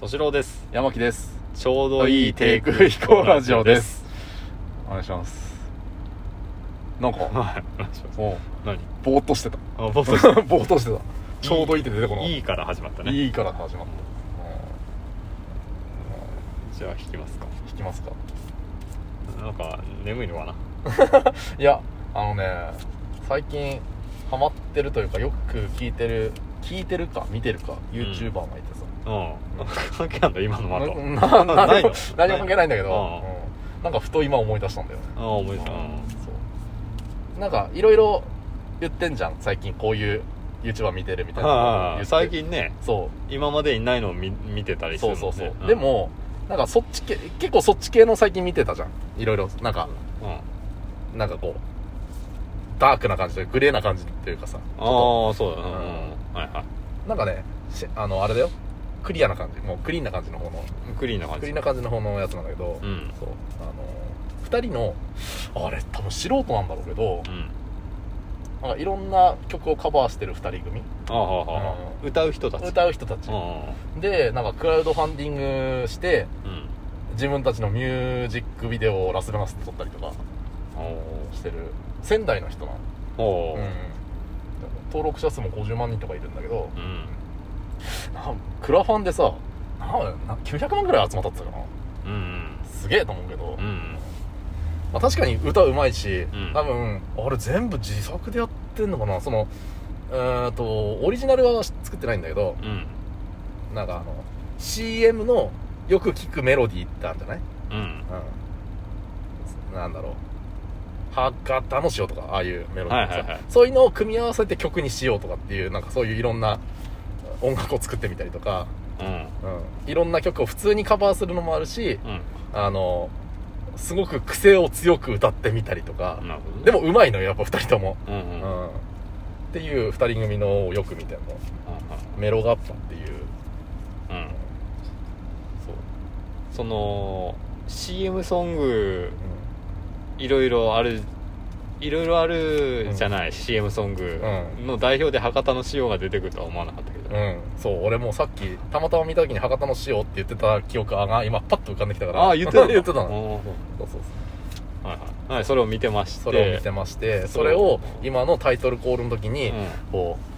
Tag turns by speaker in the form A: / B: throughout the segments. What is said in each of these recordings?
A: 敏郎です
B: 山木です
A: ちょうどい
B: い
A: い
B: い
A: テ
B: テ
A: イ
B: イ
A: ク
B: ク
A: 飛
B: 飛
A: 行
B: 行
A: ラ
B: ラ
A: ジ
B: ジ
A: オ
B: オ
A: で
B: ですすお願いしますなんか
A: はいお願いします
B: も
A: 何
B: うぼーっとしてた
A: あボス
B: ぼーっとしてたちょうどいいって出てこないい
A: いから始まったね
B: いいから始まった
A: じゃあ弾きますか
B: うん弾きますか
A: なんか眠いのかない
B: やあのね最近ハマってるというかよく聞いてる聞いてるか見てるか YouTuber がいてさ、
A: うんなんか関係あんだ今のまと
B: なな
A: ない
B: 何
A: の
B: も何も関係ないんだけど、
A: うん
B: うんなんかふと今思い出したんだよね
A: ああ思い出した
B: そうなんかいろいろ言ってんじゃん最近こういう YouTuber 見てるみたいな
A: あ
B: 言
A: あ
B: って
A: 最近ね
B: そ
A: 今までにないのを見見てた
B: う
A: りす
B: そ
A: る
B: う
A: もん
B: そ
A: ね
B: うそう、
A: ん
B: でもなんかそっち系結構そっち系の最近見てたじゃんいろいろなんか
A: うんあ
B: なんかこうダークな感じというかグレーな感じというかさ
A: あそうだなうん
B: うん
A: はいは
B: なんかねしあのあれだよクリアな感じもうクリーンな感じの方の
A: いクリーンな感じ
B: クリーンな感じの方のやつなんだけど、
A: うん
B: そうあの2人のあれ多分素人なんだろうけど
A: うん
B: なんかいろんな曲をカバーしてる2人組
A: ああはあはあ
B: う
A: 歌う人たち
B: 歌う人たち
A: うんうん
B: でなんかクラウドファンディングして
A: うん
B: 自分たちのミュージックビデオをラスベガスで撮ったりとか
A: お
B: してる仙台の人なの、
A: ーお
B: うん
A: ー
B: 登録者数も50万人とかいるんだけど
A: うん
B: なんクラファンでさなんな900万ぐらい集まったっつうかな
A: うん
B: すげえと思うけど、
A: うんうん
B: まあ、確かに歌うまいし、
A: ん
B: 多分あれ全部自作でやってんのかなそのえーとオリジナルは作ってないんだけど
A: うん
B: なんかあの CM のよく聞くメロディーってあるんじゃない
A: うん
B: うん、なんだろう博多の塩とかああいうメロディーとか
A: は
B: さ、
A: いはいはい
B: そういうのを組み合わせて曲にしようとかっていうなんかそういういろんな音楽を作ってみたりとか、
A: うん
B: うん、いろんな曲を普通にカバーするのもあるし
A: う
B: あのすごく癖を強く歌ってみたりとか
A: ん、なるほどね
B: でもうまいのよやっぱ2人とも、
A: うんうん
B: う
A: うんうん
B: ん、っていう2人組のをよく見てんのメロガッパっていう
A: うん
B: そう、
A: その CM ソングいろいろあるいろいろあるじゃない、CM ソング
B: う
A: の代表で博多の塩が出てくるとは思わなかったけど、
B: うん、そう俺もさっきたまたま見た時に博多の塩って言ってた記憶が今パッと浮かんできたから
A: ああ言ってたの
B: 言ってたの
A: の
B: そうそうそう
A: はいはい、はい、それを見てまして
B: それを見てましてそれを今のタイトルコールの時に、
A: うん
B: こう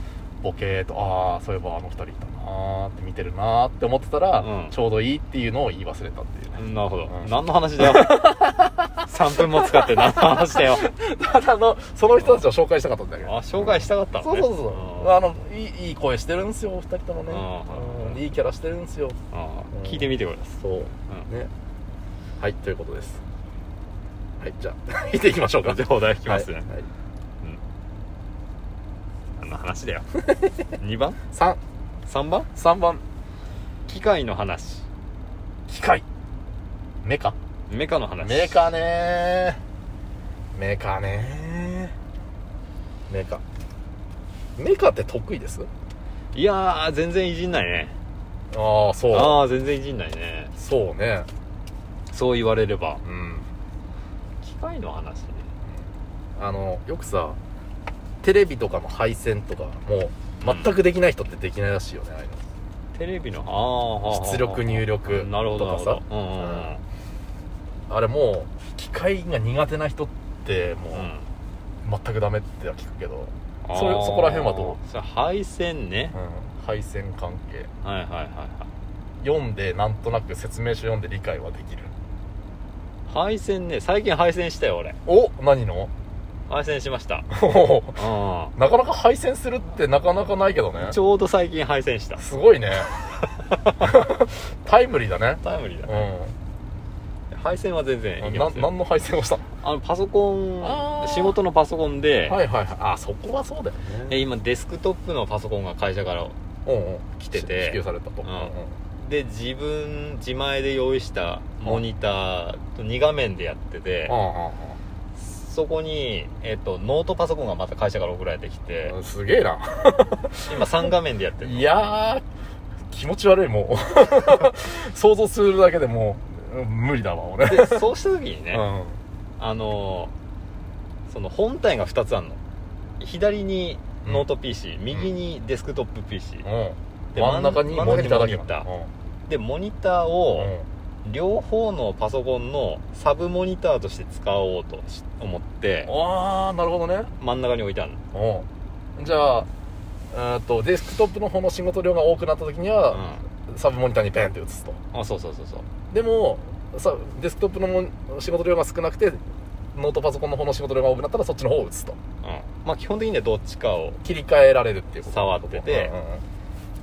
B: ボケーとああそういえばあの二人いたなーって見てるなーって思ってたら、
A: うん
B: ちょうどいいっていうのを言い忘れたっていうね
A: なるほど、
B: うん
A: 何の話だよ3分も使って何の話だよ
B: ただあのその人たちを紹介したかったんだけ
A: あ
B: ど
A: 紹介したかったの
B: そう
A: ね
B: そうそうあのいいいい声してるんですよ二人ともね
A: うん
B: うんいいキャラしてるんですよ
A: うんあ
B: うん
A: 聞いてみてください、
B: そう
A: うん
B: ねはいということですはいじゃあ見ていきましょ うか
A: じゃあお題引きますね、
B: はいはい
A: 何の話 だよ2番
B: 三
A: 3番
B: 三番
A: 機械の話
B: 機械メカ
A: メカの話
B: メカねーメカねーメカメカって得意です
A: いやー全然いじんないね
B: ああそう
A: ああ全然いじんないね
B: そうね
A: そう言われれば
B: うん
A: 機械の話ね
B: あのよくさテレビとかの配線とかもう全くできない人ってできないらしいよねああいうの
A: テレビのああ
B: 出力入力
A: なるほどなるほ
B: と
A: ど
B: か
A: うんうん
B: あれもう機械が苦手な人っても
A: うんうん
B: う全くダメっては聞くけど、
A: あー
B: それそこら辺はど
A: それ配線ね
B: 配線関係
A: はいはいはいはい
B: 読んでなんとなく説明書読んで理解はできる
A: 配線ね最近配線したよ俺
B: お何の
A: 配線しましたう
B: なかなか配線するってなかなかないけどね
A: んちょうど最近配線した
B: す ごいねタイムリーだね
A: タイムリーだね
B: う
A: 配線は全然い
B: ん
A: け
B: な
A: ますよ
B: 何の配線をしたの
A: あのパソコ
B: あ
A: ン
B: ー
A: 仕事のパソコンで、
B: はいはいはいあそこはそうだよ
A: で
B: ね
A: 今デスクトップのパソコンが会社から
B: うんうん
A: 来てて
B: 支給されたと、
A: うん
B: うん
A: で自分自前で用意したモニターと2画面でやってて
B: うん
A: そこに、えっとノートパソコンがまた会社から送られてきて
B: うんうんすげえな
A: 今3画面でやってるの
B: いやー、気持ち悪い、もう。 想像するだけでもう、うん無理だわ、俺。
A: でそうした時に
B: う
A: ね、
B: ん。
A: あのーその本体が2つあるの左にノート PC、右にデスクトップ PC、
B: うん。
A: で
B: 真ん中に
A: 真ん中
B: モ
A: に
B: ニターだ
A: モニタ
B: け
A: ー
B: うん
A: でモニターを両方のパソコンのサブモニターとして使おうとし思って
B: ああなるほどね
A: 真ん中に置いたん
B: うんじゃあえーっとデスクトップの方の仕事量が多くなった時に
A: う
B: は、
A: ん
B: サブモニターにペンって移すと
A: あそうそうそうそう
B: でもさデスクトップのも仕事量が少なくてノートパソコンの方の仕事量が多くなったらそっちの方を移すと
A: うんまあ基本的にはどっちかを
B: 切り替えられるっていうこと
A: 触ってて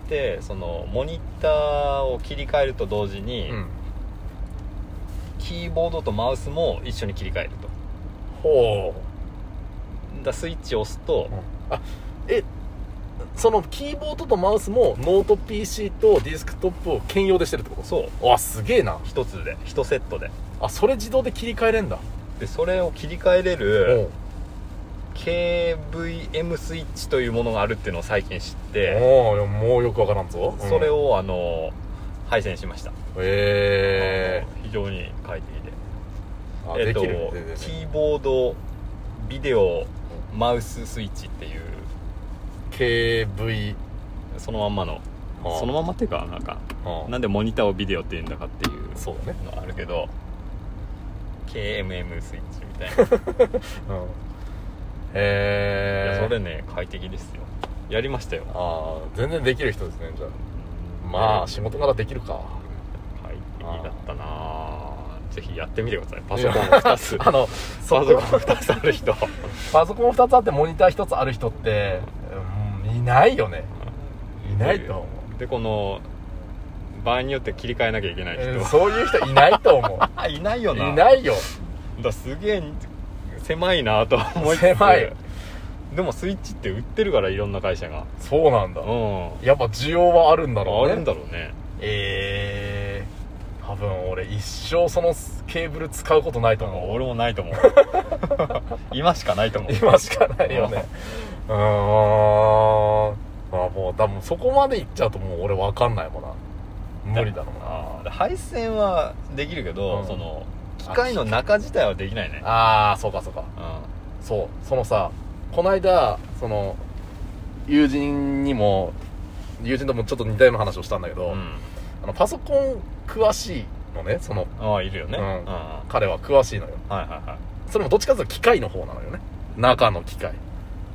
A: でそのモニターを切り替えると同時に、
B: うんうんうん
A: キーボードとマウスも一緒に切り替えるとだか
B: ほう
A: らスイッチを押すと、
B: あえそのキーボードとマウスもノート PC とディスクトップを兼用でしてるってこと
A: そう
B: うわすげえな
A: 一つで一セットで
B: あそれ自動で切り替えれんだ
A: でそれを切り替えれる
B: う
A: KVM スイッチというものがあるっていうのを最近知って
B: おうもうよくわからんぞ
A: それをあの配線しました
B: へえ
A: あの非常に快適で
B: ーあ
A: えっ
B: で
A: と
B: きるででで
A: キーボードビデオマウススイッチっていう
B: KV
A: そのまんまのそのまんまっていうかなんか
B: ま
A: なんでモニターをビデオっていうんだかっていう
B: そうだね
A: のあるけど KMM スイッチみたいない
B: うんへえ
A: やそれね快適ですよやりましたよ
B: ああ全然できる人ですねじゃあまあ仕事柄できるか
A: 快適だったなあぜひやってみてくださいパソコンも2つ
B: あ
A: パ
B: の
A: ソ
B: そ
A: コン
B: こ
A: 2つある人
B: パソコン2つあってモニター1つある人って、うんいないよねいないと思う、
A: でこの場合によって切り替えなきゃいけない人、
B: え ーそういう人いないと思
A: あいないよ
B: う
A: ない
B: ないよ
A: だからすげえ狭いなと思いつつ
B: 狭い
A: でもスイッチって売ってるからいろんな会社が
B: そうなんだ、
A: うん
B: やっぱ需要はあるんだろう
A: あ
B: ね
A: るんだろうね
B: えー、多分俺一生そのケーブル使うことないと
A: うん
B: 思う
A: 俺もないと思う 今しかないと思う
B: 今しかない よねうーんまあもう多分そこまでいっちゃうともう俺わかんないもんな無理だろうな
A: あーで配線はできるけど、
B: うん
A: その機械の中自体はできないね
B: ああそうかそうか
A: う
B: そうそのさこの間その友人にも友人ともちょっと似たような話をしたんだけ
A: ん、
B: ど、
A: うん、
B: あのパソコン詳しいのねその
A: ああいるよね
B: うん
A: は
B: 彼は詳しいのよ
A: いはいはい
B: それもどっちかというと機械の方なのよね中の機械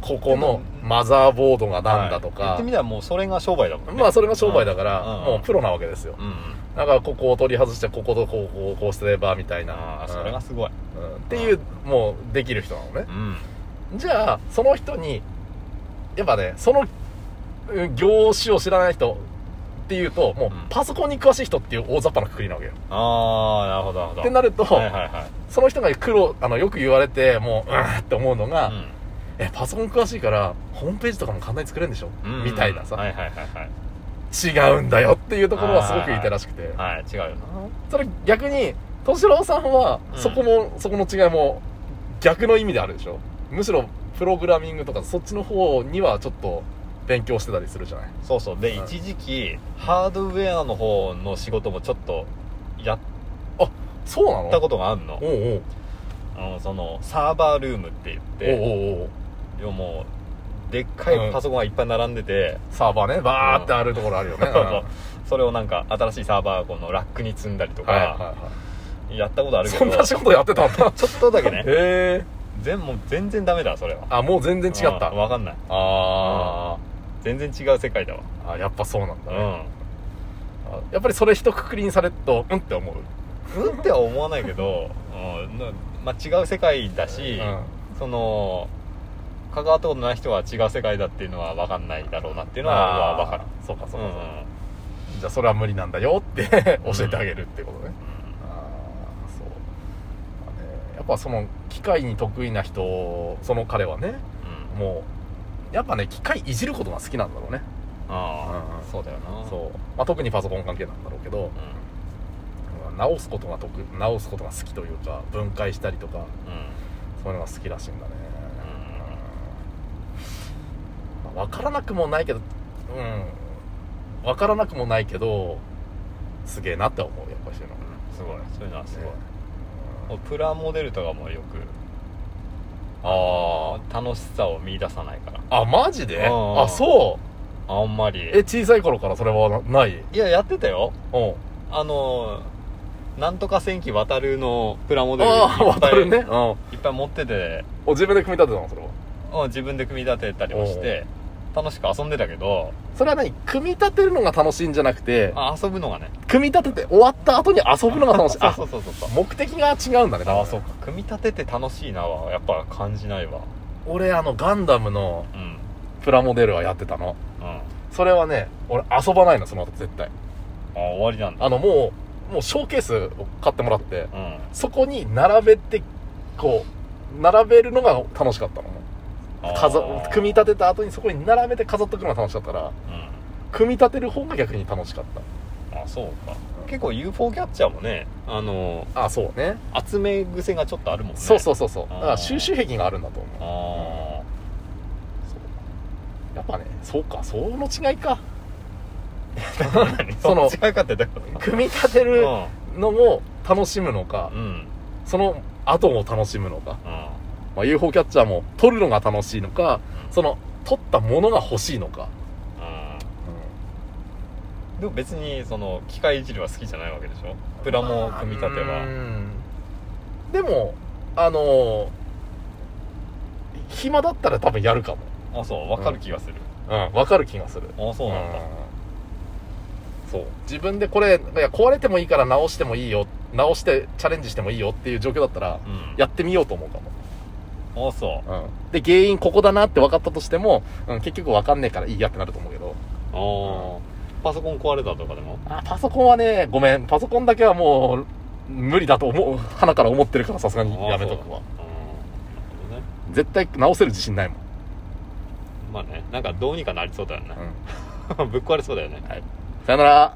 B: ここの
A: でも
B: マザーボードがなんだと
A: はい言っ
B: か、
A: てみたらもうそれが商売だもんね
B: まあそれが商売だから
A: うん
B: もうプロなわけですよ
A: うんうん
B: だからここを取り外してこことこうこうこうすればみたいな
A: ああそれがすごい
B: うんうんっていうもうできる人なのね
A: うん
B: じゃあその人にやっぱねそのうん業種を知らない人っていうともう
A: うん
B: パソコンに詳しい人っていう大雑把なくくりなわけよ、
A: ああなるほどなるほど
B: ってなると、
A: はいはいはい
B: その人が苦労あのよく言われてもううーんって思うのが、
A: うん
B: えパソコン詳しいからホームページとかも簡単に作れるんでしょ、
A: うんうん
B: みたいなさ、
A: はいはいはいはい
B: 違うんだよっていうところはすごく言いたいらしくて
A: はい違うよな
B: それ逆に敏郎さんは
A: うん
B: そこも、そこの違いも逆の意味であるでしょむしろプログラミングとかそっちの方にはちょっと勉強してたりするじゃない
A: そうそうで
B: うん
A: 一時期ハードウェアの方の仕事もちょっとやっ
B: そうなの
A: たことがあるの
B: おうおう
A: あのそのサーバールームって言っ
B: おう
A: て
B: おうおう
A: 要はもうでっかいパソコンがいっぱい並んでて、
B: サーバーねバーってあるところあるよね、うんは
A: それをなんか新しいサーバーをこのラックに積んだりと
B: いはい
A: か
B: は
A: やったことあ
B: い
A: るけ
B: そ
A: ど、
B: んな仕事 やってたんだ
A: ちょっとだけ
B: へ
A: ね
B: え
A: 全もう全然ダメだそれは
B: あもう全然違った
A: うんわかんない
B: あ
A: 全然違う世界だわ
B: ーあやっぱそうなん
A: う
B: だ
A: ん、
B: ね、あやっぱりそれ一括りにされるとうんって思う
A: うんっては思わないけど、うんなまあ、違う世界だし、
B: うん
A: その関わったことない人は違う世界だっていうのは分かんないだろうなっていうのは分かる
B: そうかそうかそう
A: う
B: か、
A: ん
B: じゃあそれは無理なんだよって 教えてあげるってことね、
A: うん
B: ああそう、まあねやっぱその機械に得意な人その彼はね
A: うん
B: もうやっぱね機械いじることが好きなんだろうね、
A: あ
B: うんうん
A: あそうだよな
B: そう、まあ、特にパソコン関係なんだろうけど
A: う、
B: うん直すことが得直すことが好きというか分解したりと
A: ん
B: か
A: うん
B: そういうのが好きらしいんだね、うんまあ、分からなくもないけどうん分からなくもないけどすげえなって思うやっぱりそういうの
A: すごいそういうのはす
B: ね
A: ごいプラモデルとかもよく
B: あ
A: 楽しさを見出さないから
B: ああマジで
A: うん
B: あそう
A: あんまり
B: え小さい頃からそれはなない
A: いややってたよ
B: うん
A: あのなんとか戦記渡るのプラモデル
B: ああ
A: いっぱ
B: 渡
A: い
B: るねうんお
A: いっぱい持ってて
B: 自分で組み立てたのそれは
A: うん自分で組み立てたりもして楽しく遊んでたけど
B: それは何組み立てるのが楽しいんじゃなくて
A: あ遊ぶのがね
B: 組み立てて終わった後に遊ぶのが楽 しいあ
A: そうそうそうそう
B: 目的が違うんだね
A: ああ
B: 多分ね
A: そうか組み立てて楽しいなはやっぱ感じないわ
B: 俺あのガンダムの
A: うん
B: プラモデルはやってたの
A: うんあ
B: それはね俺遊ばないのその後絶対
A: 終わりなんだ
B: あのもうもうショーケースを買ってもらって
A: うん
B: そこに並べてこう並べるのが楽しかったの飾
A: あー
B: 組み立てた後にそこに並べて飾っとくのが楽しかったから
A: うん
B: 組み立てる方が逆に楽しかっ
A: あそうか結構 UFO キャッチャーもねあの
B: たあそうね
A: 集め癖がちょっとあるもんね
B: そうそううそうそうだ
A: あ
B: か
A: ー
B: ら収集癖があるんだと思う
A: あ
B: そうやっぱねそうかその違いか
A: あ
B: その
A: 違いかってどういうこと
B: 組み立てるのも楽しむのか
A: うんうん
B: その後も楽しむのか、
A: うん
B: まあ、UFO キャッチャーも取るのが楽しいのかそ
A: の
B: の取ったものが欲しいのか、
A: でも別にその機械いじりは好きじゃないわけでしょプラモ組み立て
B: う
A: は
B: んでもあのー暇だったら多分やるかも
A: あそうわかる気がする
B: うんわかる気がする
A: あそうなんだ
B: そう自分でこれいや壊れてもいいから直してもいいよ直してチャレンジしてもいいよっていう状況だったら
A: うん
B: やってみようと思うか
A: あそう
B: も、で原因ここだなって分かったとしても、うん、結局分かんねえからいいやってなると思うけど
A: ああパソコン壊れたとかでも
B: あパソコンはねごめんパソコンだけはもう無理だと思う鼻から思ってるからさすがにやめと
A: あそうう
B: くわ
A: んなるほどね
B: 絶対直せる自信ないもん、
A: まあねなんかどうにかなりそうだよね
B: う ん、
A: ぶっ壊れそうだよね
B: さよなら